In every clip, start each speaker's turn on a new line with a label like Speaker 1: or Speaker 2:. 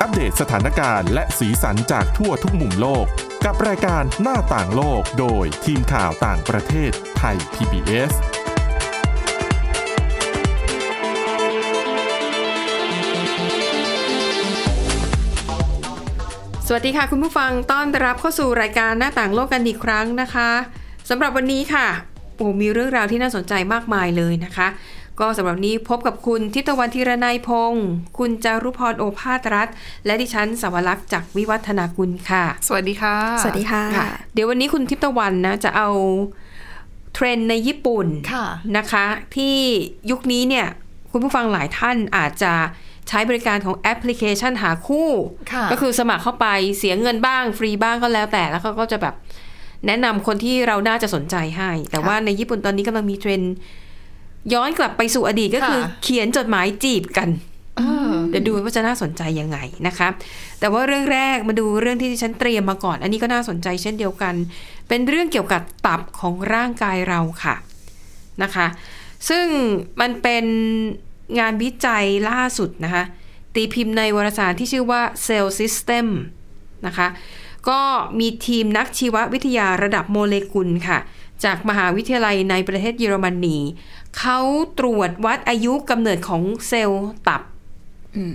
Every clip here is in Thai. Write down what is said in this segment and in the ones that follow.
Speaker 1: อัปเดตสถานการณ์และสีสันจากทั่วทุกมุมโลก กับรายการหน้าต่างโลกโดยทีมข่าวต่างประเทศไทย PBS
Speaker 2: สวัสดีค่ะคุณผู้ฟังต้อนรับเข้าสู่รายการหน้าต่างโลกกันอีกครั้งนะคะสำหรับวันนี้ค่ะโอ้มีเรื่องราวที่น่าสนใจมากมายเลยนะคะ ก็สำหรับวันนี้พบกับคุณทิตวันธีรนัยพงศ์คุณจารุพรโอภาสรัฐ และดิฉันสวรักษ์จากวิวัฒนาคุณค่ะ
Speaker 3: สวัสดีค่ะ
Speaker 4: สวัสดีค่ะ
Speaker 2: ค่ะเดี๋ยววันนี้คุณทิพย์ตะวันนะจะเอาเทรนด์ในญี่ปุ่น
Speaker 3: ค่ะ
Speaker 2: นะคะ ที่ยุคนี้เนี่ยคุณผู้ฟังหลายท่านอาจจะใช้บริการของแอปพลิเคชันหาคู่
Speaker 3: ค่ะ
Speaker 2: ก็คือสมัครเข้าไปเสียเงินบ้างฟรีบ้างก็แล้วแต่แล้วเขาก็จะแบบแนะนำคนที่เราน่าจะสนใจให้ แต่ว่าในญี่ปุ่นตอนนี้กำลังมีเทรนด์ย้อนกลับไปสู่อดีตก็คือเขียนจดหมายจีบกัน
Speaker 3: เออ
Speaker 2: เดี๋ยวดูว่าจะน่าสนใจยังไงนะคะ แต่ว่าเรื่องแรกมาดูเรื่องที่ดิฉันเตรียมมาก่อน อันนี้ก็น่าสนใจเช่นเดียวกัน เป็นเรื่องเกี่ยวกับตับของร่างกายเราค่ะนะคะ ซึ่งมันเป็นงานวิจัยล่าสุดนะคะ ตีพิมพ์ในวารสารที่ชื่อว่า Cell System นะคะ ก็มีทีมนักชีววิทยาระดับโมเลกุลค่ะ จากมหาวิทยาลัยในประเทศเยอรมนีเขาตรวจวัดอายุกำเนิดของเซลล์ตับ
Speaker 4: อืม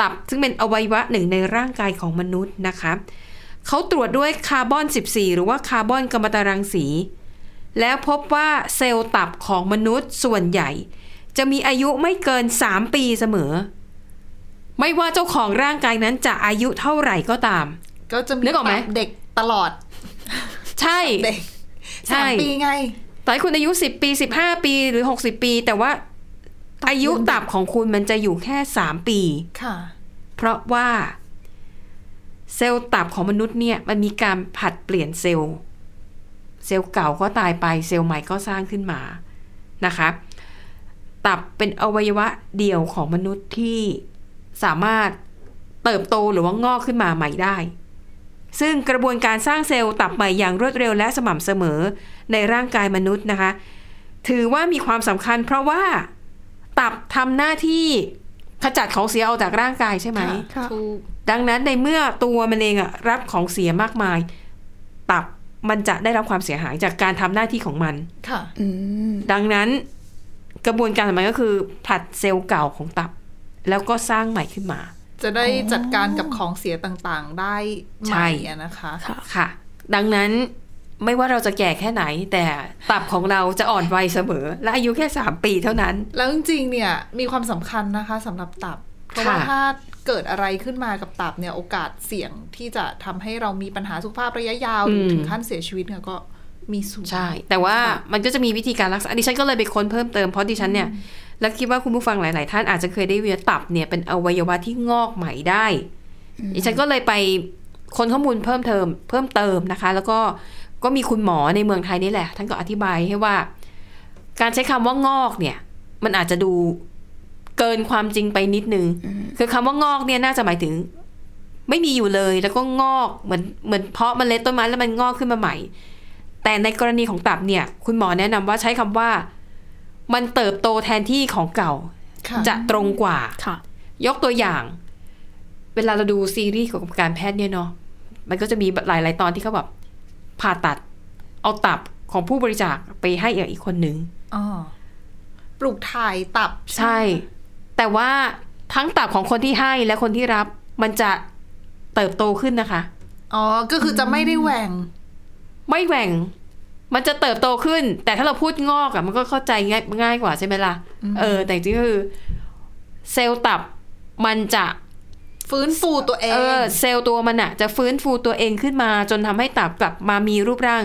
Speaker 2: ตับซึ่งเป็นอวัยวะหนึ่งในร่างกายของมนุษย์นะคะเขาตรวจด้วยคาร์บอน 14 หรือว่าคาร์บอนกัมมันตรังสี แล้วพบว่าเซลล์ตับของมนุษย์ส่วนใหญ่ จะมีอายุไม่เกิน 3 ปีเสมอ ไม่ว่าเจ้าของร่างกายนั้นจะอายุเท่าไหร่ก็ตาม
Speaker 3: ก็จะ
Speaker 2: นึกออกไหม
Speaker 3: ตับเด็กตลอด
Speaker 2: ใช่
Speaker 3: เด็ก
Speaker 2: ใช่
Speaker 3: สามปีไง
Speaker 2: ต่อให้คุณอายุ 10 ปี 15 ปีหรือ 60 ปี แต่ว่าอายุตับของคุณมันจะอยู่แค่ 3 ปี
Speaker 3: ค่ะ
Speaker 2: เพราะว่าเซลล์ตับของมนุษย์เนี่ยมันมีการผลัดเปลี่ยนเซลล์ เซลล์เก่าก็ตายไปเซลล์ใหม่ก็สร้างขึ้นมานะคะตับเป็นอวัยวะเดียวของมนุษย์ที่สามารถเติบโตหรือว่างอกขึ้นมาใหม่ได้ ซึ่งกระบวนการสร้างเซลล์ตับใหม่อย่างรวดเร็วและสม่ำเสมอในร่างกายมนุษย์นะคะ ถือว่ามีความสำคัญเพราะว่าตับทำหน้าที่ขจัดของเสียออกจากร่างกายใช่ไหม
Speaker 4: ค่ะ
Speaker 3: ถูก
Speaker 2: ดังนั้นในเมื่อตัวมันเองอะรับของเสียมากมาย ตับมันจะได้รับความเสียหายจากการทำหน้าที่ของมัน
Speaker 3: ค่ะ
Speaker 4: อืม
Speaker 2: ดังนั้นกระบวนการของมันก็คือผลัดเซลล์เก่าของตับ แล้วก็สร้างใหม่ขึ้นมา
Speaker 3: จะได้จัดการกับของเสียต่างๆ ได้ไหม
Speaker 2: ใช่
Speaker 3: อะนะคะ
Speaker 4: ค่ะ
Speaker 2: ค่ะ ดังนั้นไม่ว่าเราจะแก่แค่ไหน แต่ตับของเราจะอ่อนวัยเสมอ และอายุแค่ 3 ปีเท่านั้น
Speaker 3: แล้วจริงๆ เนี่ยมีความสำคัญนะคะสำหรับตับ เพราะว่าถ้าเกิดอะไรขึ้นมากับตับเนี่ยโอกาสเสี่ยงที่จะทำให้เรามีปัญหาสุขภาพระยะยาวหรืออ
Speaker 2: ม
Speaker 3: ถึงขั้นเสียชีวิตเนี่ยก็มีสูง
Speaker 2: ใช่ แต่ว่ามันก็จะมีวิธีการรักษาดิฉันก็เลยไปค้นเพิ่มเติมเพราะดิฉันเนี่ย แล้วคิดว่าคุณผู้ฟังหลาย ๆ ท่านอาจจะเคยได้ยินว่าตับเนี่ยเป็นอวัยวะที่งอกใหม่ได้ ดิฉันก็เลยไปค้นข้อมูลเพิ่มเติมเพิ่มเติมนะคะ แล้วก็ก็มีคุณหมอในเมืองไทยนี่แหละ ท่านก็อธิบายให้ว่า การใช้คำว่างอกเนี่ย มันอาจจะดูเกินความจริงไปนิดนึง คือคำว่างอกเนี่ยน่าจะหมายถึง ไม่มีอยู่เลยแล้วก็งอกเหมือนเหมือนเพาะเมล็ดต้นไม้แล้วมันงอกขึ้นมาใหม่ แต่ในกรณีของตับเนี่ย คุณหมอแนะนำว่าใช้คำว่า มันเติบโตแทนที่ของเก่า
Speaker 3: ค่ะ
Speaker 2: จะตรงกว่า
Speaker 4: ค่ะ
Speaker 2: ยกตัวอย่าง เวลาเราดูซีรีส์เกี่ยวกับการแพทย์เนี่ยเนาะมันก็จะมีหลาย ๆ ตอนที่เขาแบบผ่าตัด เอาตับของผู้บริจาคไปให้อีกคนนึง
Speaker 3: อ๋อปลูกถ่ายตับ
Speaker 2: ใช่ แต่ว่าทั้งตับของคนที่ให้และคนที่รับ มันจะเติบโตขึ้นนะคะ
Speaker 3: อ๋อ ก็คือจะไม่ได้แหว่ง
Speaker 2: ไม่แหว่ง มันจะเติบโตขึ้น แต่ถ้าเราพูดงอกอะมันก็เข้าใจง่ายง่ายกว่าใช่ไหมล่ะ เออ แต่จริงๆก็คือ เซลล์ตับมันจะ
Speaker 3: ฟื้นฟูตัวเอ
Speaker 2: เอง อเซลล์ตัวมันอะจะฟื้นฟูตัวเองขึ้นมา จนทำให้ตับกลับมามีรูปร่าง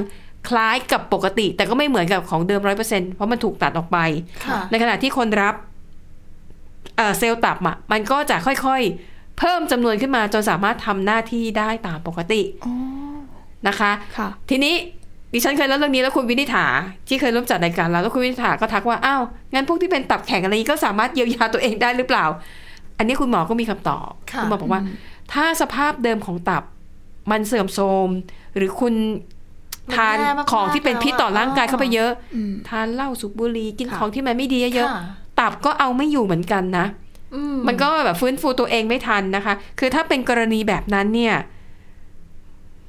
Speaker 2: คล้ายกับปกติ แต่ก็ไม่เหมือนกับของเดิมร้อยเปอร์เซ็นเพราะมันถูกตัดออกไป
Speaker 3: ค่ะ
Speaker 2: ในขณะที่คนรับเอ่อเซลล์ตับอะมันก็จะค่อยๆ เพิ่มจำนวนขึ้นมาจนสามารถทำหน้าที่ได้ตามปกติ
Speaker 4: อ๋อ
Speaker 2: นะคะ
Speaker 4: ค่ะ
Speaker 2: ทีนี้ดิฉันเคยเล่าเรื่องนี้แล้วคุณวินิษฐาที่เคยร่วมจัดรายการเราแล้วคุณวินิษฐาก็ทักว่าอ้าวงั้นพวกที่เป็นตับแข็งอะไรอย่างนี้ก็สามารถเยียวยาตัวเองได้หรือเปล่า อันนี้คุณหมอก็มีคำตอบ
Speaker 3: ค่ะ
Speaker 2: ณหมอบอกว่า ถ้าสภาพเดิมของตับมันเสื่อมโทรมหรือคุณทาน
Speaker 3: มันแย่มากๆ
Speaker 2: ของที่เป็นพิษต่อร่างกายเข้าไปเยอะ
Speaker 4: อืม
Speaker 2: ทานเหล้าสูบบุหรี่กิน
Speaker 4: ค่ะ
Speaker 2: ของที่มันไม่ดีเยอะ
Speaker 3: ค่ะ
Speaker 2: ๆตับก็เอาไม่อยู่เหมือนกันนะ
Speaker 3: อื
Speaker 2: มันก็แบบฟื้นฟูตัวเองไม่ทันนะคะ คือถ้าเป็นกรณีแบบนั้นเนี่ย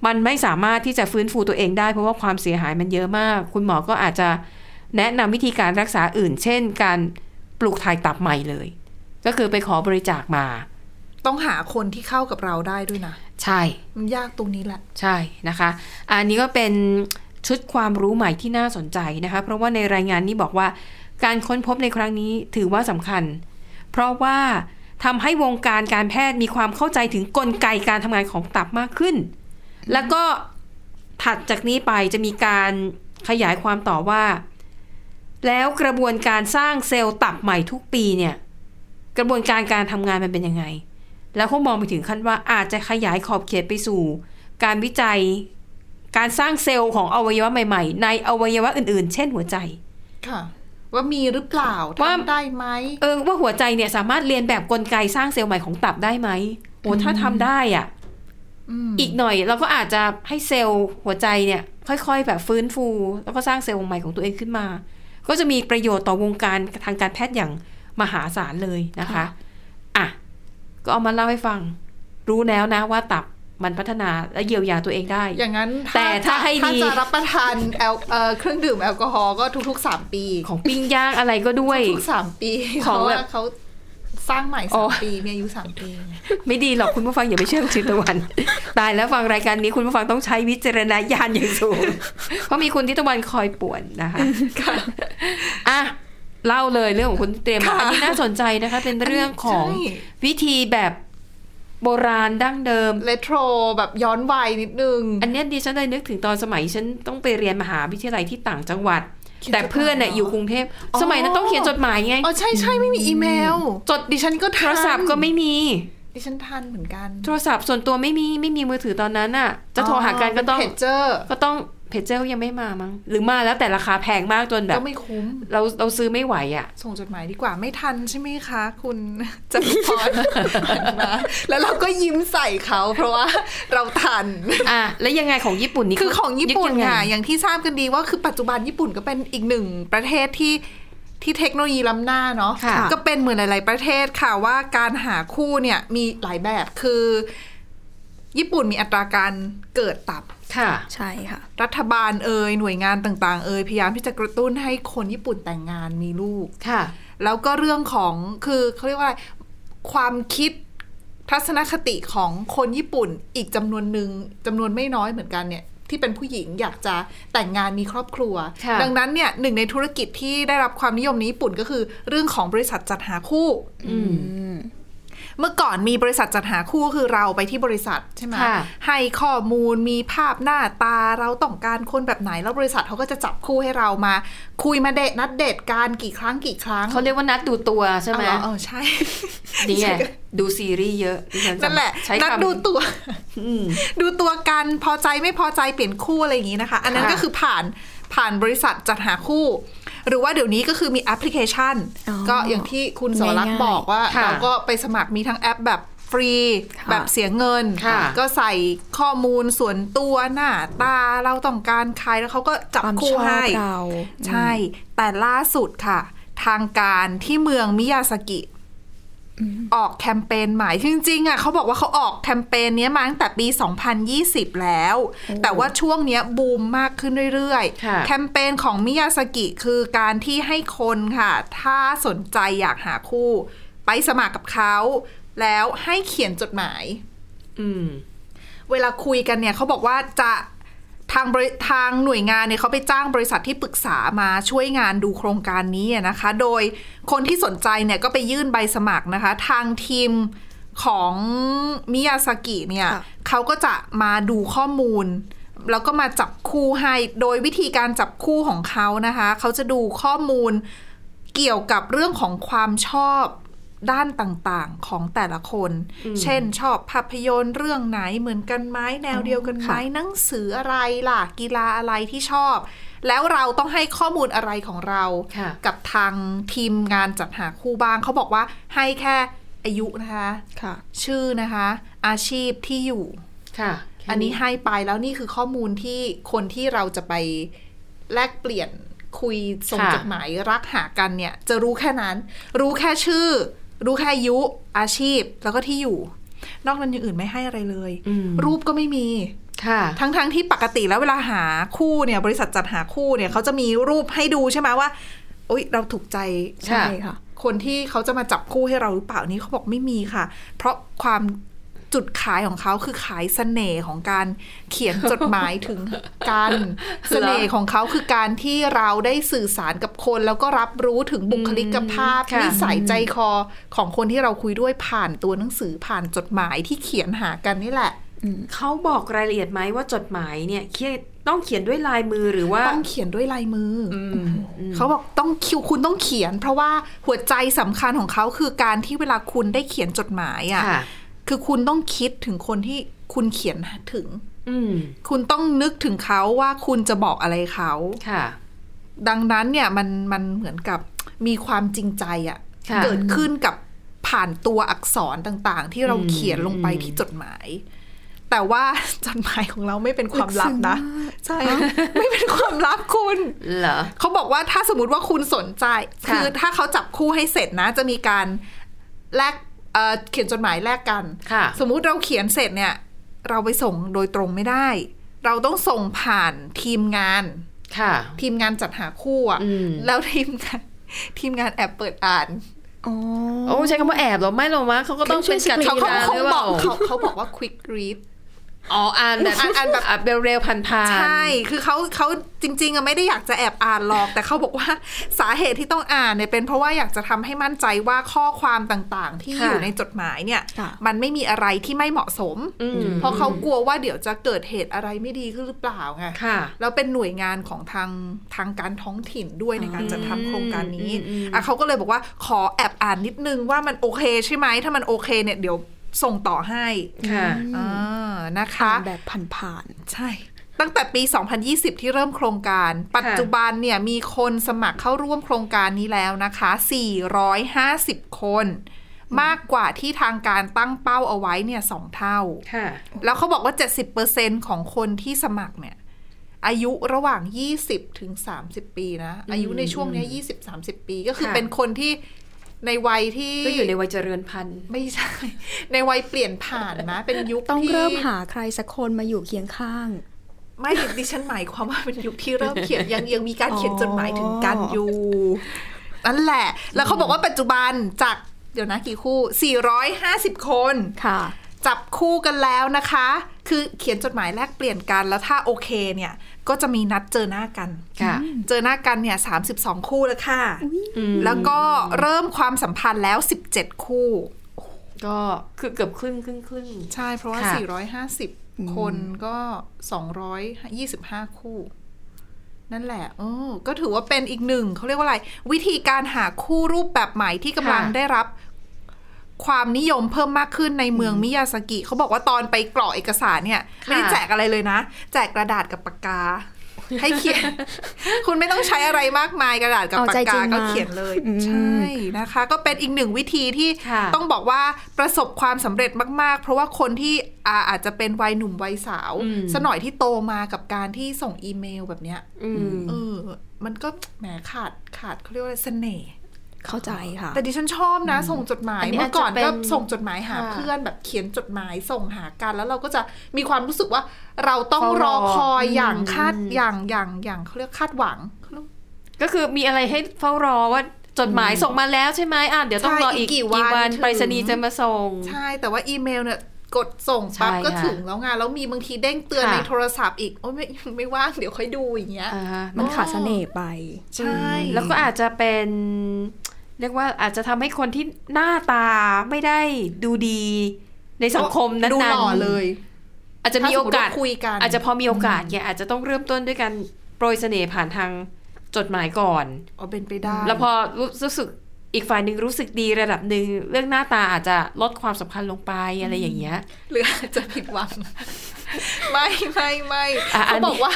Speaker 2: มันไม่สามารถที่จะฟื้นฟูตัวเองได้ เพราะว่าความเสียหายมันเยอะมาก คุณหมอก็อาจจะแนะนำวิธีการรักษาอื่น เช่น การปลูกถ่ายตับใหม่เลย ก็คือไปขอบริจาคมา
Speaker 3: ต้องหาคนที่เข้ากับเราได้ด้วยนะ
Speaker 2: ใช่
Speaker 3: มันยากตรงนี้แหละ
Speaker 2: ใช่นะคะ อันนี้ก็เป็นชุดความรู้ใหม่ที่น่าสนใจนะคะ เพราะว่าในรายงานนี้บอกว่าการค้นพบในครั้งนี้ถือว่าสำคัญ เพราะว่าทำให้วงการการแพทย์มีความเข้าใจถึงกลไกการทำงานของตับมากขึ้น แล้วก็ถัดจากนี้ไปจะมีการขยายความต่อว่า แล้วกระบวนการสร้างเซลล์ตับใหม่ทุกปีเนี่ย กระบวนการการทำงานมันเป็นยังไง แล้วเขามองไปถึงขั้นว่าอาจจะขยายขอบเขตไปสู่ การวิจัยการสร้างเซลล์ของอวัยวะใหม่ ๆ ในอวัยวะอื่นๆ เช่นหัวใจ
Speaker 3: ค่ะ ว่ามีหรือเปล่า
Speaker 2: ว่า
Speaker 3: ทำได้ไหม
Speaker 2: เออว่าหัวใจเนี่ยสามารถเรียนแบบกลไกสร้างเซลล์ใหม่ของตับได้ไหมโอ้ถ้าทำได้อ่ะ
Speaker 3: ม
Speaker 2: อีกหน่อยเราก็อาจจะให้เซลล์หัวใจเนี่ยค่อย ๆ แบบฟื้นฟู แล้วก็สร้างเซลล์ใหม่ของตัวเองขึ้นมา ก็จะมีประโยชน์ต่อวงการทางการแพทย์อย่างมหาศาลเลยนะคะอ่ะก็เอามาเล่าให้ฟัง รู้แล้วนะว่าตับมันพัฒนาและเยียวยาตัวเองได้
Speaker 3: อย่างนั้น
Speaker 2: แต่ถ้า
Speaker 3: จะ
Speaker 2: ให้
Speaker 3: ถ้า
Speaker 2: ดี
Speaker 3: จะรับประทานแอลเอ่อเครื่องดื่มแอลกอฮอล์ก็ทุกๆสามปี
Speaker 2: ของปิ้งย่างอะไรก็ด้วย
Speaker 3: ทุกๆสามปี
Speaker 2: ข
Speaker 3: เพ
Speaker 2: อง
Speaker 3: ราะ
Speaker 2: แบ
Speaker 3: ว่า
Speaker 2: บ
Speaker 3: เขาสร้างใหม่
Speaker 2: โอ้
Speaker 3: สามปีมีอายุสามปีไง
Speaker 2: ไม่ดีหรอกคุณผู้ฟังอย่าไปเชื่อจิตตะวัน ตายแล้วฟังรายการนี้คุณผู้ฟังต้องใช้วิจารณญาณอย่างสูง เพราะมีคุณทิตะวันคอยป่วน นะคะ
Speaker 3: ค่ะ
Speaker 2: อ่ะเล่าเลยเรื่องของคุณเตรียมมา
Speaker 3: ค่ะ
Speaker 2: อันนี้น่าสนใจนะคะ เป็นเรื่องของ
Speaker 3: ใช่
Speaker 2: วิธีแบบโบราณดั้งเดิม
Speaker 3: เรโทรแบบย้อนวัยนิดนึง
Speaker 2: อันเนี้ยดิฉันเลยนึกถึงตอนสมัยฉันต้องไปเรียนมหาวิทยาลัยที่ต่างจังหวัด
Speaker 3: เขียนจดหมาย
Speaker 2: แต่เพื่อนเนี่ยอ
Speaker 3: เหรออ
Speaker 2: ยู่กรุงเทพสมัยนั้นต้องเขียนจดหมายไง
Speaker 3: อ๋อใช่ใช่ไม่มีอีเมล จดดิฉันก็
Speaker 2: โท
Speaker 3: ทัน
Speaker 2: รศัพท์ก็ไม่มี
Speaker 3: ดิฉันทันเหมือนกัน
Speaker 2: โทรศัพท์ส่วนตัวไม่มีไม่มีมือถือตอนนั้นน่ะ จะโทรหากันก็ต้อง
Speaker 3: เพจเจอร์
Speaker 2: ก็ต้องเพจเจอร์ยังไม่มามั้งหรือมาแล้วแต่ราคาแพงมากจนแบบ
Speaker 3: ก็ไม่คุ้ม
Speaker 2: เราเราซื้อไม่ไหวอ่ะ
Speaker 3: ส่งจดหมายดีกว่าไม่ทันใช่ไหมคะ คุณจตุพรหันมาแล้วเราก็ยิ้มใส่เขาเพราะว่าเราทัน
Speaker 2: อ่ะ แล้วยังไงของญี่ปุ่นนี่
Speaker 3: คือของญี่ปุ่น
Speaker 2: ยึดยังไง
Speaker 3: ค่ะอย่างที่ทราบกันดีว่าคือปัจจุบันญี่ปุ่นก็เป็นอีกหนึ่งประเทศที่ที่เทคโนโลยีล้ำหน้าเนาะ
Speaker 2: ค่ะ
Speaker 3: ก็เป็นเหมือนหลาย ๆ ประเทศค่ะว่าการหาคู่เนี่ยมีหลายแบบคือ ญี่ปุ่นมีอัตราการเกิดตับ
Speaker 2: ค่ะ
Speaker 4: ใช่ค่ะ
Speaker 3: รัฐบาลเอ่ยหน่วยงานต่าง ๆ เอ่ยพยายามที่จะกระตุ้นให้คนญี่ปุ่นแต่งงานมีลูก
Speaker 2: ค่ะ
Speaker 3: แล้วก็เรื่องของคือเขาเรียกว่าอะไรความคิดทัศนคติของคนญี่ปุ่นอีกจำนวนหนึ่งจำนวนไม่น้อยเหมือนกันเนี่ย ที่เป็นผู้หญิงอยากจะแต่งงานมีครอบครัว
Speaker 2: ค่ะ
Speaker 3: ดังนั้นเนี่ยหนึ่งในธุรกิจที่ได้รับความนิยมในญี่ปุ่นก็คือเรื่องของบริษัทจัดหาคู่
Speaker 2: อืม
Speaker 3: เมื่อก่อนมีบริษัทจัดหาคู่คือเราไปที่บริษัทใช่ไหม
Speaker 2: ค่ะ
Speaker 3: ให้ข้อมูลมีภาพหน้าตาเราต้องการคนแบบไหนแล้วบริษัทเขาก็จะจับคู่ให้เรามา คุยมาเดทนัดเดทกันกี่ครั้งกี่ครั้ง
Speaker 2: เขาเรียกว่านัดดูตัวใช่ไหม
Speaker 3: เอาเรอเออใช่
Speaker 2: นี่ ไงดูซีรีส์เยอะดิฉัจำ
Speaker 3: นั่นแหละ
Speaker 2: ใช้
Speaker 3: นัด
Speaker 2: คำ
Speaker 3: ดู ตัว
Speaker 2: อืม
Speaker 3: ดูตัวกันพอใจไม่พอใจเปลี่ยนคู่อะไรอย่างนี้นะคะ อันนั้น
Speaker 2: ค่ะ
Speaker 3: ก็คือผ่านผ่านบริษัทจัดหาคู่ หรือว่าเดี๋ยวนี้ก็คือมีแอปพลิเคชัน
Speaker 4: อ๋อ
Speaker 3: ก็อย่างที่คุณสวรักษ์
Speaker 4: ง่ายๆ
Speaker 3: บอกว่า
Speaker 2: ค่ะ
Speaker 3: เราก็ไปสมัครมีทั้งแอปแบบฟรี
Speaker 4: ค่ะ
Speaker 3: แบบเสียเงิน
Speaker 2: ค่ะ
Speaker 3: ก็ใส่ข้อมูลส่วนตัวหน้าตาเราต้องการใครแล้วเขาก็จับ
Speaker 4: ความช
Speaker 3: คู่
Speaker 4: อบ
Speaker 3: ให้
Speaker 4: เรา
Speaker 3: ใช่ แต่ล่าสุดค่ะ ทางการที่เมืองมิยาสกิ ออกแคมเปญใหม่จริงๆอ่ะเขาบอกว่าเขาออกแคมเปญเนี้ยมาตั้งแต่ปี 2020 แล้ว แต่ว่าช่วงเนี้ยบูมมากขึ้นเรื่อย
Speaker 2: ค่ะ
Speaker 3: ๆ แคมเปญของมิยาสกิคือการที่ให้คนค่ะ ถ้าสนใจอยากหาคู่ ไปสมัครกับเขา แล้วให้เขียนจดหมาย
Speaker 2: อืม
Speaker 3: เวลาคุยกันเนี่ยเขาบอกว่าจะทางบริทางหน่วยงานเนี่ยเขาไปจ้างบริษัทที่ปรึกษามาช่วยงานดูโครงการนี้อะนะคะ โดยคนที่สนใจเนี่ยก็ไปยื่นใบสมัครนะคะ ทางทีมของมิยาสกิเนี่ย
Speaker 4: ค่ะ
Speaker 3: เขาก็จะมาดูข้อมูล แล้วก็มาจับคู่ให้ โดยวิธีการจับคู่ของเขานะคะเขาจะดูข้อมูลเกี่ยวกับเรื่องของความชอบด้านต่างๆของแต่ละคน
Speaker 2: อืม
Speaker 3: เช่น ชอบภาพยนตร์เรื่องไหนเหมือนกันไหมแนวเดียวกันไหมหนังสืออะไรล่ะกีฬาอะไรที่ชอบ แล้วเราต้องให้ข้อมูลอะไรของเรา
Speaker 2: ค่ะ
Speaker 3: กับทางทีมงานจัดหาคู่บ้างเขาบอกว่าให้แค่อายุนะคะ
Speaker 4: ค่ะ
Speaker 3: ชื่อนะคะ อาชีพที่อยู่
Speaker 2: ค่ะแค่
Speaker 3: อันนี้ให้ไปแล้วนี่คือข้อมูลที่คนที่เราจะไปแลกเปลี่ยนคุยส่งจดหมายรักหากันเนี่ย จะรู้แค่นั้น รู้แค่ชื่อ รู้แค่อายุอาชีพแล้วก็ที่อยู่ นอกนั้นอย่างอื่นไม่ให้อะไรเลย
Speaker 2: อืม
Speaker 3: รูปก็ไม่มี
Speaker 2: ค่ะ
Speaker 3: ทั้งๆที่ปกติแล้วเวลาหาคู่เนี่ย บริษัทจัดหาคู่เนี่ยเขาจะมีรูปให้ดูใช่ไหมว่าโอ๊ยเราถูกใจ
Speaker 2: ค่ะ
Speaker 3: ค่ะ คนที่เขาจะมาจับคู่ให้เราหรือเปล่านี่เขาบอกไม่มีค่ะ เพราะความจุดขายของเขาคือขายเสน่ห์ของการเขียนจดหมายถึง กันเสน่ห์ของเขาคือการที่เราได้สื่อสารกับคน แล้วก็รับรู้ถึงบุคลิกภาพ
Speaker 2: ค่ะ
Speaker 3: นิสัยใจคอของคนที่เราคุยด้วยผ่านตัวหนังสือผ่านจดหมายที่เขียนหากันนี่แหละ
Speaker 2: เขาบอกรายละเอียดไหมว่าจดหมายเนี่ยเขียนต้องเขียนด้วยลายมือหรือว่า
Speaker 3: ต้องเขียนด้วยลายมืออ
Speaker 2: มอืม
Speaker 3: เขาบอกต้องคิวคุณต้องเขียน เพราะว่าหัวใจสำคัญของเขาคือการที่เวลาคุณได้เขียนจดหมายอ่ะ
Speaker 2: ค่ะ
Speaker 3: คือคุณต้องคิดถึงคนที่คุณเขียนถึง
Speaker 2: อืม
Speaker 3: คุณต้องนึกถึงเขาว่าคุณจะบอกอะไรเขา
Speaker 2: ค่ะ
Speaker 3: ดังนั้นเนี่ยมันมันเหมือนกับมีความจริงใจอะ
Speaker 2: ค่ะ
Speaker 3: เกิดขึ้นกับผ่านตัวอักษรต่างๆ ที่เราเขียนลงไปที่จดหมาย แต่ว่า จดหมายของเราไม่เป็นความลับนะ ใช่ ไม่เป็นความลับคุณ
Speaker 2: เหรอ
Speaker 3: เขาบอกว่าถ้าสมมติว่าคุณสนใจ
Speaker 2: ค่ะ
Speaker 3: คือถ้าเขาจับคู่ให้เสร็จนะ จะมีการแลกเอ่อเขียนจดหมายแลกกัน
Speaker 2: ค่ะ
Speaker 3: สมมุติเราเขียนเสร็จเนี่ย เราไปส่งโดยตรงไม่ได้ เราต้องส่งผ่านทีมงาน
Speaker 2: ค่ะ
Speaker 3: ทีมงานจัดหาคู่อะ
Speaker 2: อืม
Speaker 3: แล้วทีมงาน ทีมงานแอบเปิดอ่าน
Speaker 4: อ๋อ
Speaker 2: โอ้ใช้คำว่าแอบเหรอไม่หรอกมั้งเขาก็ต้อง
Speaker 4: เขาช่
Speaker 2: เป็
Speaker 4: วน ย
Speaker 2: การที
Speaker 3: เขา
Speaker 4: สกรีน
Speaker 3: เขา
Speaker 2: ลาห
Speaker 3: เขา
Speaker 2: รือเปล่าก
Speaker 3: บอเขาเขาบอกว่า quick read
Speaker 2: อ๋ออ่านแบบ
Speaker 3: อ่านอ่านแบบ
Speaker 2: ะเร็วๆผ่านๆ
Speaker 3: ใช่ คือเขาเขาจริง ๆอะไม่ได้อยากจะแอบอ่านหรอก แต่เขาบอกว่า สาเหตุที่ต้องอ่านเนี่ยเป็นเพราะว่าอยากจะทำให้มั่นใจว่าข้อความต่างๆ ที่
Speaker 2: ค่ะ
Speaker 3: อยู่ในจดหมายเนี่ย
Speaker 4: ค่ะ
Speaker 3: มันไม่มีอะไรที่ไม่เหมาะสม
Speaker 2: อืม
Speaker 3: เพราะเขากลัวว่าเดี๋ยวจะเกิดเหตุอะไรไม่ดีขึ้นหรือเปล่าไง
Speaker 2: ค่ะ
Speaker 3: แล้วเป็นหน่วยงานของทางทางการท้องถิ่นด้วยในการจัดทำโครงการนี้
Speaker 2: อืม
Speaker 3: อ่ะเขาก็เลยบอกว่าขอแอบอ่านนิดนึงว่ามันโอเคใช่ไหม ถ้ามันโอเคเนี่ยเดี๋ยวส่งต่อให้
Speaker 2: ค่ะ
Speaker 3: อ่านะคะ
Speaker 4: แบบผ่าน
Speaker 3: ใช่ ตั้งแต่ปี 2020 ที่เริ่มโครงการ ปัจจุบันเนี่ยมีคนสมัครเข้าร่วมโครงการนี้แล้วนะคะ 450 คน มากกว่าที่ทางการตั้งเป้าเอาไว้เนี่ยสองเท่า
Speaker 2: ค่ะ
Speaker 3: แล้วเขาบอกว่า 70%ของคนที่สมัครเนี่ย อายุระหว่าง 20ถึง30 ปีนะ อายุในช่วงเนี้ย20 30 ปีก็คือ
Speaker 2: ค่ะ
Speaker 3: เป็นคนที่ในวัยที่
Speaker 2: ก็อยู่ในวัยเจริญพันธุ์
Speaker 3: ไม่ใช่ ในวัยเปลี่ยนผ่านนะ เป็นยุค
Speaker 4: ๆ ต้อง
Speaker 3: ที่
Speaker 4: เริ่มหาใครสักคนมาอยู่เคียงข้าง
Speaker 3: ไม่ดิฉันหมายความว่าเป็นยุคที่เริ่มเขียนยังยังมีการเขียนจดหมายถึงกัน
Speaker 4: อ๋อ
Speaker 3: อ
Speaker 4: อ
Speaker 3: ยู่ นั่นแหละ แล้วเขาบอกว่าปัจจุบันจากเดี๋ยวนะกี่คู่ 450 คน
Speaker 4: ค่ะ
Speaker 3: จับคู่กันแล้วนะคะ คือเขียนจดหมายแลกเปลี่ยนกัน แล้วถ้าโอเคเนี่ย ก็จะมีนัดเจอหน้ากัน
Speaker 2: ค่ะ
Speaker 3: เจอหน้ากันเนี่ย32 คู่แล้วค่ะ แล้วก็เริ่มความสัมพันธ์แล้ว 17 คู่
Speaker 2: ก็คือเกือบครึ่งครึ่งครึ่ง
Speaker 3: ใช่เพราะว่า
Speaker 2: ค่ะ
Speaker 3: 450 คนก็ 225 คู่ นั่นแหละโอ้ก็ถือว่าเป็นอีกหนึ่ง เขาเรียกว่าอะไร วิธีการหาคู่รูปแบบใหม่ที่กำลังได้รับ ความนิยมเพิ่มมากขึ้นในเมืองมิยาซากิ เขาบอกว่าตอนไปกรอกเอกสารเนี่ย ไม่ได้แจกอะไรเลยนะ แจกกระดาษกับปากกา ให้เขียน คุณไม่ต้องใช้อะไรมากมายกระดาษกับ
Speaker 4: เอา
Speaker 3: ปา
Speaker 4: ใจ
Speaker 3: ก
Speaker 4: จริ
Speaker 3: กาง ก็
Speaker 4: มา
Speaker 3: เขียนเลย
Speaker 4: อืม
Speaker 3: ใช่นะคะ ก็เป็นอีกหนึ่งวิธีที่
Speaker 2: ค่ะ
Speaker 3: ต้องบอกว่าประสบความสำเร็จมาก ๆ เพราะว่าคนที่อาอาจจะเป็นวัยหนุ่มวัยสาว
Speaker 2: อืม
Speaker 3: สกหน่อยที่โตมากับการที่ส่งอีเมลแบบเนี้ย
Speaker 2: อืม
Speaker 3: เออมันก็แหมขาดขาดเขาเรียกว่าอะไรเสน่ห์
Speaker 4: เข้าใจค่ะ
Speaker 3: แต่ดิฉันชอบนะ ส่งจดหมาย
Speaker 2: อันนี้
Speaker 3: เมื่อก่อน
Speaker 2: อาจจะเป็
Speaker 3: ก็
Speaker 2: น
Speaker 3: ส่งจดหมายหา
Speaker 2: ค่ะ
Speaker 3: เพื่อนแบบเขียนจดหมายส่งหากันแล้วเราก็จะมีความรู้สึกว่าเราต้อง
Speaker 2: เฝ้าร ร
Speaker 3: อ
Speaker 2: อ
Speaker 3: คอย
Speaker 2: อืม
Speaker 3: อย่างคาดอย่างอย่างอย่างเขาเรียกคาดหวังเขาเรียก
Speaker 2: ก็คือมีอะไรให้เฝ้ารอว่าจดหมายส่งมาแล้วใช่ไหมอ่ะเดี๋ยวต้อง
Speaker 3: ใช่
Speaker 2: รออีก
Speaker 3: อีกกี่
Speaker 2: กี่
Speaker 3: วั
Speaker 2: วั
Speaker 3: น
Speaker 2: น
Speaker 3: ถึง
Speaker 2: ไปรษณีย์จะมาส่ง
Speaker 3: ใช่แต่ว่าอีเมลเนี่ยกดส่งปั๊บ
Speaker 2: ใช่ค่ะ
Speaker 3: ก็ถึงแล้วไงแล้วมีบางทีเด้งเตือน
Speaker 2: ค่ะ
Speaker 3: ในโทรศัพท์อีกโอ้ยไม่ ไม่ว่างเดี๋ยวค่อยดูอย่างเงี้ย
Speaker 2: อ่าฮะ
Speaker 4: มันขาดเสน่ห์ไป
Speaker 3: ใช่
Speaker 2: แล้วก็อาจจะเป็น เรียกว่าอาจจะทำให้คนที่หน้าตาไม่ได้ดูดีในสังคมนั้นๆ
Speaker 3: ดูหล่อเลย
Speaker 2: อาจจะมีโอกาส
Speaker 3: ถ้าสมมุติว่าคุยกัน
Speaker 2: อาจจะพอมีโอกาสเนี่ยอาจจะต้องเริ่มต้นด้วยการโปรยเสน่ห์ผ่านทางจดหมายก่อน
Speaker 3: เอาเป็นไปได้
Speaker 2: แล้วพอรู้รู้สึกอีกฝ่ายหนึ่งรู้สึกดีระดับหนึ่งเรื่องหน้าตาอาจจะลดความสำคัญลงไปอะไรอย่างเงี้ย
Speaker 3: หรืออาจจะผิดหวัง ไม่ไม่ไม่
Speaker 2: อ่ะอัน
Speaker 3: เขา
Speaker 2: นี้
Speaker 3: บอก ว่า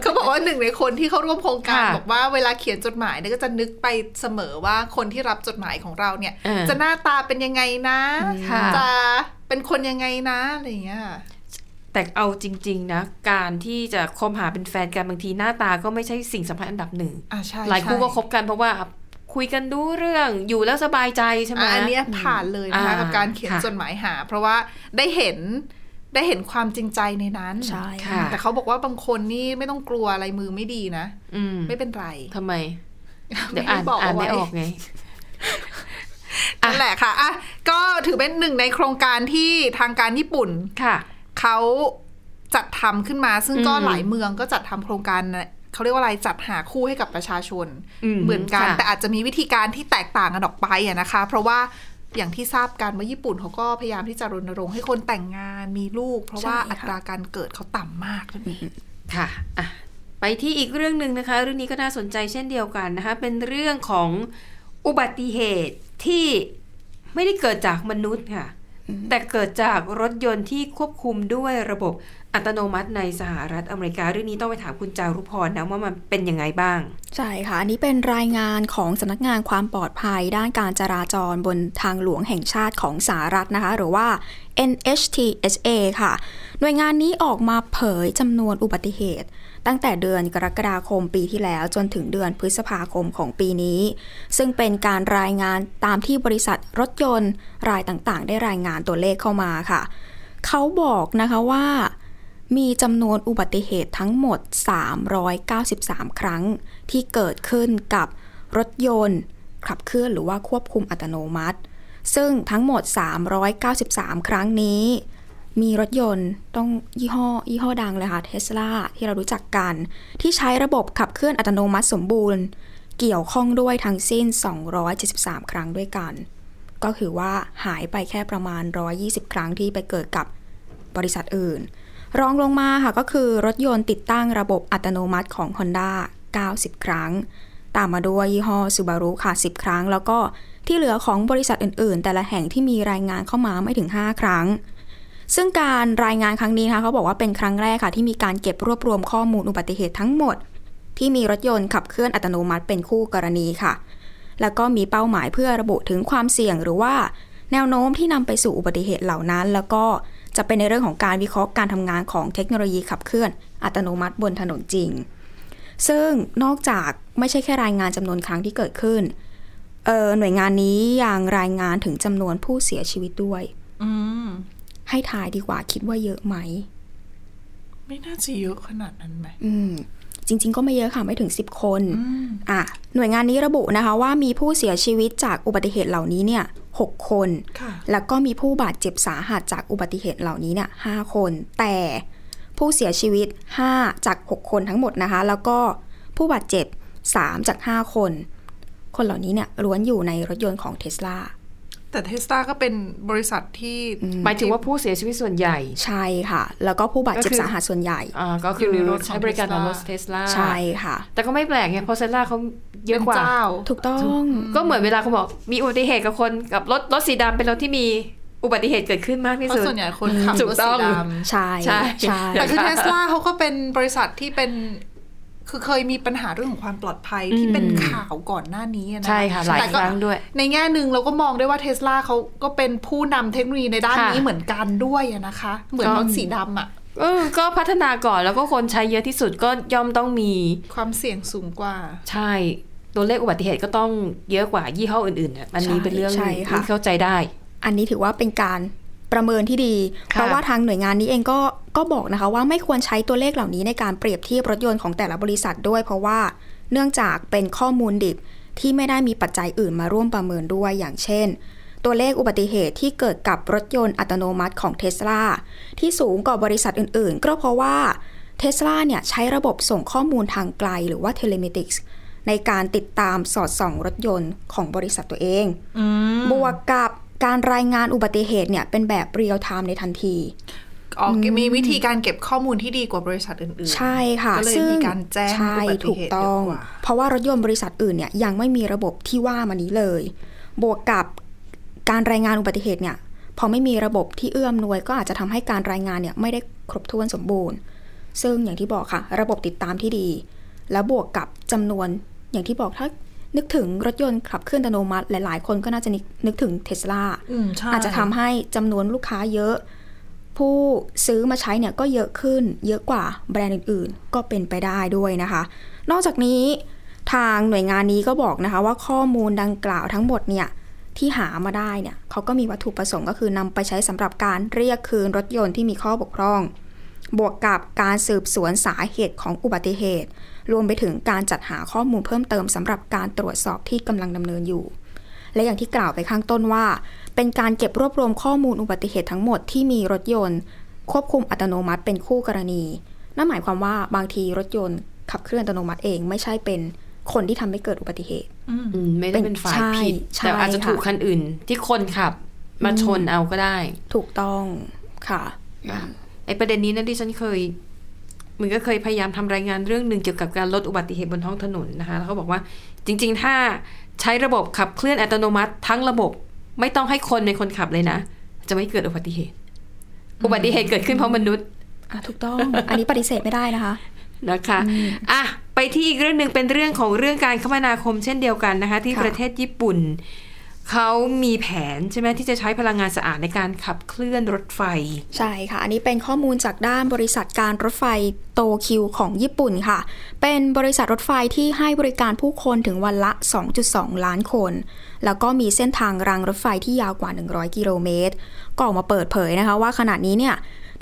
Speaker 3: เขาบอกว่าหนึ่งในคนที่เข้าร่วมโครงการ
Speaker 2: ค่ะ
Speaker 3: บอกว่าเวลาเขียนจดหมายเนี่ยก็จะนึกไปเสมอว่าคนที่รับจดหมายของเราเนี่ย
Speaker 2: เออ
Speaker 3: จะหน้าตาเป็นยังไงนะ
Speaker 2: ค่ะ
Speaker 3: จะเป็นคนยังไงนะอะไรอย่างเงี้ย
Speaker 2: แต่เอาจริง ๆ นะ การที่จะคบหาเป็นแฟนกันบางทีหน้าตาก็ไม่ใช่สิ่งสำคัญอันดับหนึ่ง
Speaker 3: อ่ะใช่
Speaker 2: หลายคู่
Speaker 3: ใช่
Speaker 2: ก็คบกันเพราะว่า คุยกันรู้เรื่องอยู่แล้วสบายใจใช่ไหม
Speaker 3: อ่ะอันเนี้ยผ่านเลยนะคะ
Speaker 2: อ่า
Speaker 3: กับการเขียน
Speaker 2: ค่ะ
Speaker 3: จดหมายหา เพราะว่าได้เห็นได้เห็นความจริงใจในนั้น
Speaker 4: ใช่
Speaker 2: ค่ะ
Speaker 3: แต่เขาบอกว่าบางคนนี่ไม่ต้องกลัวอะไรมือไม่ดีนะ
Speaker 2: อืม
Speaker 3: ไม่เป็นไร
Speaker 2: ทำไม เดี๋ยว
Speaker 3: ไม่
Speaker 2: อ่าน
Speaker 3: บอก
Speaker 2: อ่าน
Speaker 3: เอาไว้
Speaker 2: ไม่ออกไง อ่ะ
Speaker 3: นั่นแหละค่ะอ่ะก็ถือเป็นหนึ่งในโครงการที่ทางการญี่ปุ่น
Speaker 2: ค่ะ
Speaker 3: เขาจัดทำขึ้นมาซึ่งก็
Speaker 2: อืม
Speaker 3: หลายเมืองก็จัดทำโครงการนะเขาเรียกว่าอะไรจัดหาคู่ให้กับประชาชน
Speaker 2: อืม
Speaker 3: เหมือนกัน
Speaker 2: ค่ะ
Speaker 3: แต่อาจจะมีวิธีการที่แตกต่างกันออกไปอะนะคะ เพราะว่าอย่างที่ทราบกันว่าญี่ปุ่นเขาก็พยายามที่จะรณรงค์ให้คนแต่งงานมีลูก เพราะว่า
Speaker 4: ใช่ค่ะ
Speaker 3: อัตราการเกิดเขาต่ำมากนั่นเอง
Speaker 2: ค่ะอ่ะ ไปที่อีกเรื่องหนึ่งนะคะ เรื่องนี้ก็น่าสนใจเช่นเดียวกันนะคะ เป็นเรื่องของอุบัติเหตุที่ไม่ได้เกิดจากมนุษย์ค่ะ แต่เกิดจากรถยนต์ที่ควบคุมด้วยระบบอัตโนมัติในสหรัฐอเมริกา เรื่องนี้ต้องไปถามคุณจารุพรนะว่ามันเป็นยังไงบ้าง
Speaker 4: ใช่ค่ะ อันนี้เป็นรายงานของสำนักงานความปลอดภัยด้านการจราจรบนทางหลวงแห่งชาติของสหรัฐนะคะ หรือว่า NHTSA ค่ะ หน่วยงานนี้ออกมาเผยจำนวนอุบัติเหตุ ตั้งแต่เดือนกรกฎาคมปีที่แล้วจนถึงเดือนพฤษภาคมของปีนี้ ซึ่งเป็นการรายงานตามที่บริษัทรถยนต์รายต่างๆ ได้รายงานตัวเลขเข้ามาค่ะ เขาบอกนะคะว่า มีจำนวนอุบัติเหตุทั้งหมด 393 ครั้ง ที่เกิดขึ้นกับรถยนต์ ขับเคลื่อนหรือว่าควบคุมอัตโนมัติ ซึ่งทั้งหมด 393 ครั้งนี้ มีรถยนต์ต้องยี่ห้อยี่ห้อดังเลยค่ะเทสลาที่เรารู้จักกัน ที่ใช้ระบบขับเคลื่อนอัตโนมัติสมบูรณ์ เกี่ยวข้องด้วยทั้งสิ้น 273 ครั้งด้วยกัน ก็คือว่าหายไปแค่ประมาณ 120 ครั้งที่ไปเกิดกับบริษัทอื่น รองลงมาค่ะก็คือรถยนต์ติดตั้งระบบอัตโนมัติของ Honda 90 ครั้ง ตามมาด้วยยี่ห้อ Subaru ค่ะ 10 ครั้ง แล้วก็ที่เหลือของบริษัทอื่น ๆ แต่ละแห่งที่มีรายงานเข้ามาไม่ถึง 5 ครั้ง ซึ่งการรายงานครั้งนี้นะคะเขาบอกว่าเป็นครั้งแรกค่ะ ที่มีการเก็บรวบรวมข้อมูลอุบัติเหตุทั้งหมด ที่มีรถยนต์ขับเคลื่อนอัตโนมัติเป็นคู่กรณีค่ะ แล้วก็มีเป้าหมายเพื่อระบุถึงความเสี่ยงหรือว่า แนวโน้มที่นำไปสู่อุบัติเหตุเหล่านั้น แล้วก็จะเป็นในเรื่องของการวิเคราะห์การทำงานของเทคโนโลยีขับเคลื่อนอัตโนมัติบนถนนจริง ซึ่งนอกจากไม่ใช่แค่รายงานจำนวนครั้งที่เกิดขึ้นเอ่อหน่วยงานนี้ยังรายงานถึงจำนวนผู้เสียชีวิตด้วย
Speaker 3: อืม
Speaker 4: ให้ทายดีกว่าคิดว่าเยอะไหม
Speaker 3: ไม่น่าจะเยอะขนาดนั้นไหม
Speaker 4: อืม จริง ๆ ก็ไม่เยอะค่ะไม่ถึง 10 คน
Speaker 3: อืม
Speaker 4: อ่ะ หน่วยงานนี้ระบุนะคะว่ามีผู้เสียชีวิตจากอุบัติเหตุเหล่านี้เนี่ย6คน
Speaker 3: ค่ะ
Speaker 4: แล้วก็มีผู้บาดเจ็บสาหัสจากอุบัติเหตุเหล่านี้เนี่ยห้าคน แต่ผู้เสียชีวิต 5 จาก 6 คนทั้งหมดนะคะ แล้วก็ผู้บาดเจ็บ 3 จาก 5 คน คนเหล่านี้เนี่ยล้วนอยู่ในรถยนต์ของเทสลา
Speaker 3: แต่เทสลาก็เป็นบริษัทที่
Speaker 2: หมายถึงว่าผู้เสียชีวิตส่วนใหญ่
Speaker 4: ใช่ค่ะ แล้วก็ผู้บาดเจ็บ
Speaker 2: ก็คือ
Speaker 4: สาหัสส่วนใหญ่
Speaker 2: อ่าก็คือรถใช้บริการของรถเทสลา
Speaker 4: ใช่ค่ะ
Speaker 2: แต่ก็ไม่แปลกไงเพราะเทสลาเขาเยอะก
Speaker 3: เป็น
Speaker 2: ว่า
Speaker 3: เจ้า
Speaker 4: ถูกต้อง
Speaker 2: ก็เหมือนเวลาเขาบอกมีอุบัติเหตุกับคนกับรถรถสีดำเป็นรถที่มีอุบัติเหตุเกิดขึ้นมากที่
Speaker 3: เพ
Speaker 2: สุด
Speaker 3: ราะส่วนใหญ่คนขับ
Speaker 2: ถู
Speaker 3: ร
Speaker 2: ก
Speaker 3: ถ
Speaker 2: ต้
Speaker 3: สี
Speaker 2: อง
Speaker 3: ด
Speaker 4: ใช่
Speaker 2: ใช่
Speaker 4: ใช่
Speaker 3: ำแต่คือเทสลาเขาก็เป็นบริษัทที่เป็น คือเคยมีปัญหาเรื่องของความปลอดภัยที่เป็นข่าวก่อนหน้านี้นะ
Speaker 2: ใช่ค่ะหลาย
Speaker 3: แต่
Speaker 2: ค
Speaker 3: ก็
Speaker 2: รั้งด้วย
Speaker 3: ในแง่หนึ่งเราก็มองได้ว่าเทสลาเขาก็เป็นผู้นำเทคโนโลยีในด้าน
Speaker 2: ค่ะ
Speaker 3: นี้เหมือนกันด้วยอะนะคะ เหมือน
Speaker 2: ก็
Speaker 3: รถสีดำอะ
Speaker 2: เออก็พัฒนาก่อนแล้วก็คนใช้เยอะที่สุดก็ย่อมต้องมี
Speaker 3: ความเสี่ยงสูงกว่า
Speaker 2: ใช่ตัวเลขอุบัติเหตุก็ต้องเยอะกว่ายี่ห้ออื่นๆน่ะอันนี้
Speaker 4: ใช่
Speaker 2: เป็นเรื่อง
Speaker 4: ใช่
Speaker 2: ที่
Speaker 4: ค่ะ
Speaker 2: เข้าใจได้
Speaker 4: อันนี้ถือว่าเป็นการประเมินที่ดี
Speaker 2: ค่ะ
Speaker 4: เพราะว่าทางหน่วยงานนี้เองก็ก็บอกนะคะว่าไม่ควรใช้ตัวเลขเหล่านี้ในการเปรียบเทียบรถยนต์ของแต่ละบริษัทด้วย เพราะว่าเนื่องจากเป็นข้อมูลดิบที่ไม่ได้มีปัจจัยอื่นมาร่วมประเมินด้วยอย่างเช่น ตัวเลขอุบัติเหตุที่เกิดกับรถยนต์อัตโนมัติของเทสลาที่สูงกว่าบริษัทอื่นๆ ก็เพราะว่าเทสลาเนี่ยใช้ระบบส่งข้อมูลทางไกลหรือว่าเทเลเมติกส์ในการติดตามสอดส่องรถยนต์ของบริษัทตัวเอง บวกกับการรายงานอุบัติเหตุเนี่ยเป็นแบบเรียลไทม์ในทันที
Speaker 3: ออกมีวิธีการเก็บข้อมูลที่ดีกว่าบริษัทอื่นๆ
Speaker 4: ใช่ค่ะ
Speaker 3: ก็เลย
Speaker 4: ซึ่ง
Speaker 3: มีการแจ้ง
Speaker 4: ใช่
Speaker 3: อุบัติ
Speaker 4: ถูก
Speaker 3: เหตุ
Speaker 4: ต้อง
Speaker 3: เยอะกว่า
Speaker 4: เพราะว่ารถยนต์บริษัทอื่นเนี่ยยังไม่มีระบบที่ว่ามานี้เลย บวกกับการรายงานอุบัติเหตุเนี่ยพอไม่มีระบบที่เอื้อมหนวย ก็อาจจะทำให้การรายงานเนี่ยไม่ได้ครบถ้วนสมบูรณ์ ซึ่งอย่างที่บอกค่ะ ระบบติดตามที่ดี แล้วบวกกับจำนวนอย่างที่บอกถ้านึกถึงรถยนต์ขับเคลื่อนอัตโนมัติ หลายๆ คนก็น่าจะนึกนึกถึงเทสลา
Speaker 3: อืมใช่
Speaker 4: อาจจะทำให้จำนวนลูกค้าเยอะ ผู้ซื้อมาใช้เนี่ยก็เยอะขึ้น เยอะกว่าแบรนด์อื่นๆ ก็เป็นไปได้ด้วยนะคะ นอกจากนี้ ทางหน่วยงานนี้ก็บอกนะคะว่าข้อมูลดังกล่าวทั้งหมดเนี่ยที่หามาได้เนี่ยเขาก็มีวัตถุประสงค์ก็คือนำไปใช้สำหรับการเรียกคืนรถยนต์ที่มีข้อบกพร่อง บวกกับการสืบสวนสาเหตุของอุบัติเหตุ รวมไปถึงการจัดหาข้อมูลเพิ่มเติมสำหรับการตรวจสอบที่กำลังดำเนินอยู่ และอย่างที่กล่าวไปข้างต้นว่า เป็นการเก็บรวบรวมข้อมูลอุบัติเหตุทั้งหมดที่มีรถยนต์ ควบคุมอัตโนมัติเป็นคู่กรณี นั่นหมายความว่าบางทีรถยนต์ขับเคลื่อนอัตโนมัติเองไม่ใช่เป็นคนที่ทำให้เกิดอุบัติเหตุ
Speaker 2: อืมไม่ได้เป็นฝ่ายผิด
Speaker 4: ใช่
Speaker 2: แต่อาจจะ
Speaker 4: ใช่
Speaker 2: ถูก
Speaker 4: ค่ะ
Speaker 2: คันอื่น ที่คนขับมาชนเอาก็ได้
Speaker 4: ถูกต้องค่ะ
Speaker 2: ไอประเด็นนี้นะที่ฉันเคยมันก็เคยพยายามทำรายงานเรื่องหนึ่งเกี่ยวกับการลดอุบัติเหตุบนท้องถนนนะคะแล้วเขาบอกว่าจริง ๆ ถ้าใช้ระบบขับเคลื่อนอัตโนมัติ ทั้งระบบไม่ต้องให้คนเป็นคนขับเลยนะ จะไม่เกิดอุบัติเหตุ อุบัติเหตุเกิดขึ้นเพราะมนุษย์
Speaker 4: อ่ะถูกต้อง อันนี้ปฏิเสธไม่ได้นะคะ
Speaker 2: นะคะอ่ะไปที่อีกเรื่องหนึ่งเป็นเรื่องของเรื่องการคมนาคมเช่นเดียวกันนะคะ ที่
Speaker 4: ค่ะ
Speaker 2: ประเทศญี่ปุ่น เขามีแผนใช่ไหมที่จะใช้พลังงานสะอาดในการขับเคลื่อนรถไฟ
Speaker 4: ใช่ค่ะ อันนี้เป็นข้อมูลจากด้านบริษัทการรถไฟโตคิวของญี่ปุ่นค่ะ เป็นบริษัทรถไฟที่ให้บริการผู้คนถึงวันละ 2.2 ล้านคน แล้วก็มีเส้นทางรางรถไฟที่ยาวกว่า 100 กิโลเมตร ก็ออกมาเปิดเผยนะคะว่าขณะนี้เนี่ย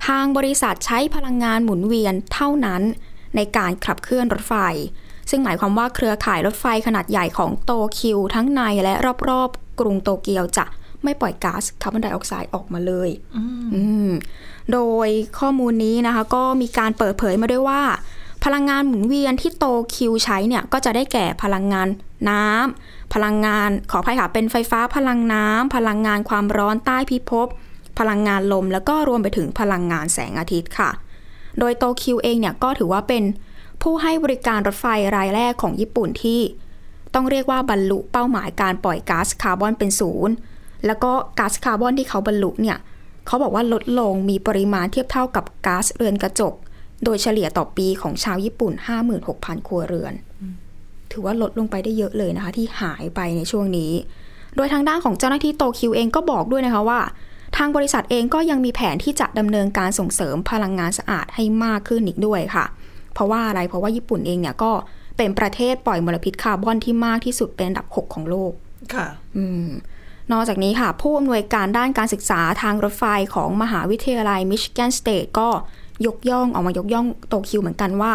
Speaker 4: ทางบริษัทใช้พลังงานหมุนเวียนเท่านั้นในการขับเคลื่อนรถไฟ ซึ่งหมายความว่าเครือข่ายรถไฟขนาดใหญ่ของโตคิวทั้งในและรอบๆ กรุงโตเกียวจะไม่ปล่อยก๊าซคาร์บอนไดออกไซด์ออกมาเลย อืมโดยข้อมูลนี้นะคะก็มีการเปิดเผยมาด้วยว่า พลังงานหมุนเวียนที่โตคิวใช้เนี่ยก็จะได้แก่พลังงานน้ำพลังงานขออภัยค่ะเป็นไฟฟ้าพลังน้ำพลังงานความร้อนใต้พิภพพลังงานลมแล้วก็รวมไปถึงพลังงานแสงอาทิตย์ค่ะ โดยโตคิวเองเนี่ยก็ถือว่าเป็นผู้ให้บริการรถไฟรายแรกของญี่ปุ่นที่ ต้องเรียกว่าบรรลุเป้าหมายการปล่อยก๊าซคาร์บอนเป็นศูนย์ แล้วก็ก๊าซคาร์บอนที่เขาบรรลุเนี่ย เขาบอกว่าลดลงมีปริมาณเทียบเท่ากับก๊าซเรือนกระจก โดยเฉลี่ยต่อปีของชาวญี่ปุ่น 56,000 ครัวเรือน ถือว่าลดลงไปได้เยอะเลยนะคะ ที่หายไปในช่วงนี้ โดยทางด้านของเจ้าหน้าที่โตคิวเองก็บอกด้วยนะคะว่า ทางบริษัทเองก็ยังมีแผนที่จะดำเนินการส่งเสริมพลังงานสะอาดให้มากขึ้นอีกด้วยค่ะ เพราะว่าอะไรเพราะว่าญี่ปุ่นเองเนี่ยก็เป็นประเทศปล่อยมลพิษคาร์บอนที่มากที่สุดเป็นอันดับ 6 ของโลก
Speaker 3: ค่ะ
Speaker 4: อืมนอกจากนี้ค่ะ ผู้อำนวยการด้านการศึกษาทางรถไฟของมหาวิทยาลัยมิชิแกนสเตทก็ยกย่องออกมายกย่องโตคิวเหมือนกันว่า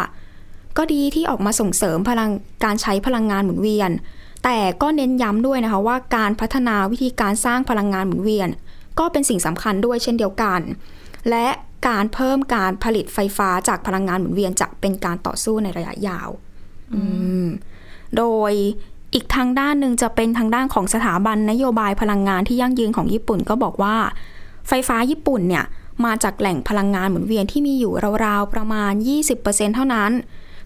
Speaker 4: ก็ดีที่ออกมาส่งเสริมพลังการใช้พลังงานหมุนเวียน แต่ก็เน้นย้ำด้วยนะคะว่าการพัฒนาวิธีการสร้างพลังงานหมุนเวียน ก็เป็นสิ่งสำคัญด้วยเช่นเดียวกัน และการเพิ่มการผลิตไฟฟ้าจากพลังงานหมุนเวียนจะเป็นการต่อสู้ในระยะยาว อืม โดยอีกทางด้านหนึ่งจะเป็นทางด้านของสถาบันนโยบายพลังงานที่ยั่งยืนของญี่ปุ่นก็บอกว่า ไฟฟ้าญี่ปุ่นเนี่ยมาจากแหล่งพลังงานหมุนเวียนที่มีอยู่ราวๆประมาณ 20%เท่านั้น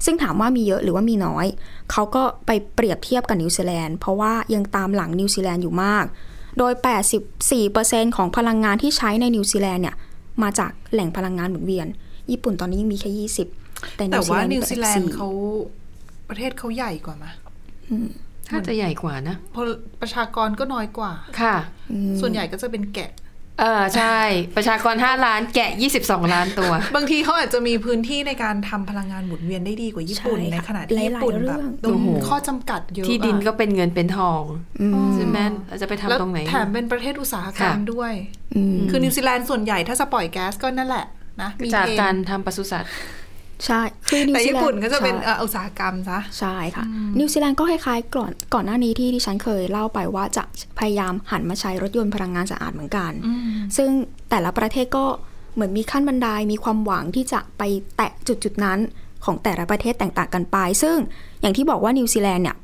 Speaker 4: ซึ่งถามว่ามีเยอะหรือว่ามีน้อย เขาก็ไปเปรียบเทียบกับนิวซีแลนด์เพราะว่ายังตามหลังนิวซีแลนด์อยู่มาก โดย 84%ของพลังงานที่ใช้ในนิวซีแลนด์เนี่ยมาจากแหล่งพลังงานหมุนเวียน ญี่ปุ่นตอนนี้ยังมีแค่20 แต่
Speaker 3: แต่ว่านิ
Speaker 4: นิ
Speaker 3: ว
Speaker 4: ว
Speaker 3: ซี
Speaker 4: ซี
Speaker 3: แล
Speaker 4: แล
Speaker 3: น
Speaker 4: นด์
Speaker 3: ด์
Speaker 4: เป็นอันดับ
Speaker 3: เขาประเทศเขาใหญ่กว่าไหม
Speaker 2: ถ้าจะใหญ่กว่านะ
Speaker 3: เพราะประชากรก็น้อยกว่า
Speaker 2: ค่ะ
Speaker 3: ส่วนใหญ่ก็จะเป็นแกะ
Speaker 2: เออใช่ ประชากร 5 ล้านแกะ 22 ล้านตัว
Speaker 3: บางทีเขาอาจจะมีพื้นที่ในการทำพลังงานหมุนเวียนได้ดีกว่าญี่ปุ่น
Speaker 4: ช่
Speaker 3: ใน
Speaker 4: ค่ะ
Speaker 3: ขณะที่
Speaker 4: หลายๆ
Speaker 3: ญี่ปุ่น
Speaker 4: เรื่
Speaker 3: แบ
Speaker 4: อบง
Speaker 3: โด
Speaker 2: โอ้
Speaker 3: น
Speaker 2: โห
Speaker 3: ข้อจำกัดเยอะ
Speaker 2: ที่ดิน
Speaker 3: อะ
Speaker 2: ก็เป็นเงินเป็นทอง
Speaker 4: อืม
Speaker 2: ใช่ไหมเราจะไปทำ
Speaker 3: แล้ว
Speaker 2: ตรงไหน
Speaker 3: แถมเป็นประเทศอุตสาหกรรม
Speaker 2: ค่ะ
Speaker 3: ด้วย
Speaker 4: อืม
Speaker 3: คือนิวซีแลนด์ส่วนใหญ่ถ้าจะปล่อยแก๊สก็นั่นแหละนะมี
Speaker 2: จาก
Speaker 3: เท
Speaker 2: กาน รทำปศุสัตว์
Speaker 4: ใช่คือนิว
Speaker 3: แต่
Speaker 4: ซี
Speaker 3: ญี่
Speaker 4: แลนด์
Speaker 3: ปุ่นก็จะเป็น
Speaker 4: ใช่
Speaker 3: เอ่ออุตสาหกรรมซะ
Speaker 4: ใช่ค่ะ นิวซีแลนด์ก็คล้ายๆก่อนก่อนหน้านี้ที่ดิฉันเคยเล่าไปว่าจะพยายามหันมาใช้รถยนต์พลังงานสะอาดเหมือนกัน ซึ่งแต่ละประเทศก็เหมือนมีขั้นบันไดมีความหวังที่จะไปแตะจุดจุดๆนั้นของแต่ละประเทศแตกต่างกันไป ซึ่งอย่างที่บอกว่านิวซีแลนด์เนี่ย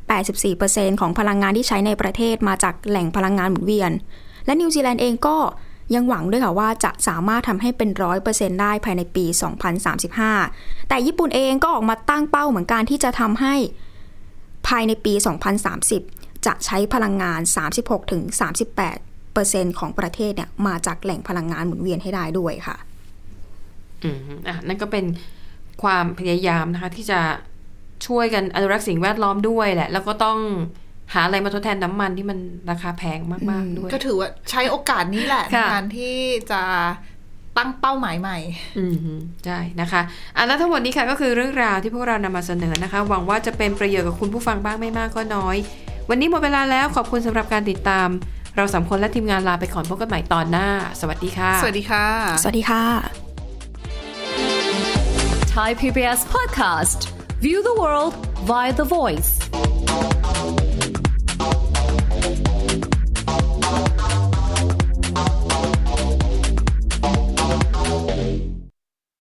Speaker 4: 84%ของพลังงานที่ใช้ในประเทศมาจากแหล่งพลังงานหมุนเวียน และนิวซีแลนด์เองก็ยังหวังด้วยค่ะว่าจะสามารถทำให้เป็น 100%ได้ภายในปี 2035 แต่ญี่ปุ่นเองก็ออกมาตั้งเป้าเหมือนกันที่จะทำให้ ภายในปี 2030 จะใช้พลังงาน 36-38%ของประเทศเนี่ยมาจากแหล่งพลังงานหมุนเวียนให้ได้ด้วยค่ะ
Speaker 2: อืมอ่ะนั่นก็เป็นความพยายามนะคะ ที่จะช่วยกันอนุรักษ์สิ่งแวดล้อมด้วยแหละ แล้วก็ต้องหาอะไรมาทดแทนน้ำมันที่มันราคาแพงมาก ๆ ด้วย
Speaker 3: ก็ถือว่าใช้โอกาสนี้แหละใน
Speaker 2: ค่ะ
Speaker 3: การที่จะ ตั้งเป้าหมายใหม่
Speaker 2: อืมใช่นะคะอ่ะแล้วทั้งหมดนี้ค่ะก็คือเรื่องราวที่พวกเรานำมาเสนอนะคะ หวังว่าจะเป็นประโยชน์กับคุณผู้ฟังบ้างไม่มากก็น้อย วันนี้หมดเวลาแล้วขอบคุณสำหรับการติดตาม เราสามคนและทีมงานลาไปก่อนพบกันใหม่ตอนหน้า สวัสดีค่ะ
Speaker 3: สวัสดีค่ะ
Speaker 4: สวัสดีค่ะ
Speaker 5: Thai PBS podcast. View the world via the voice.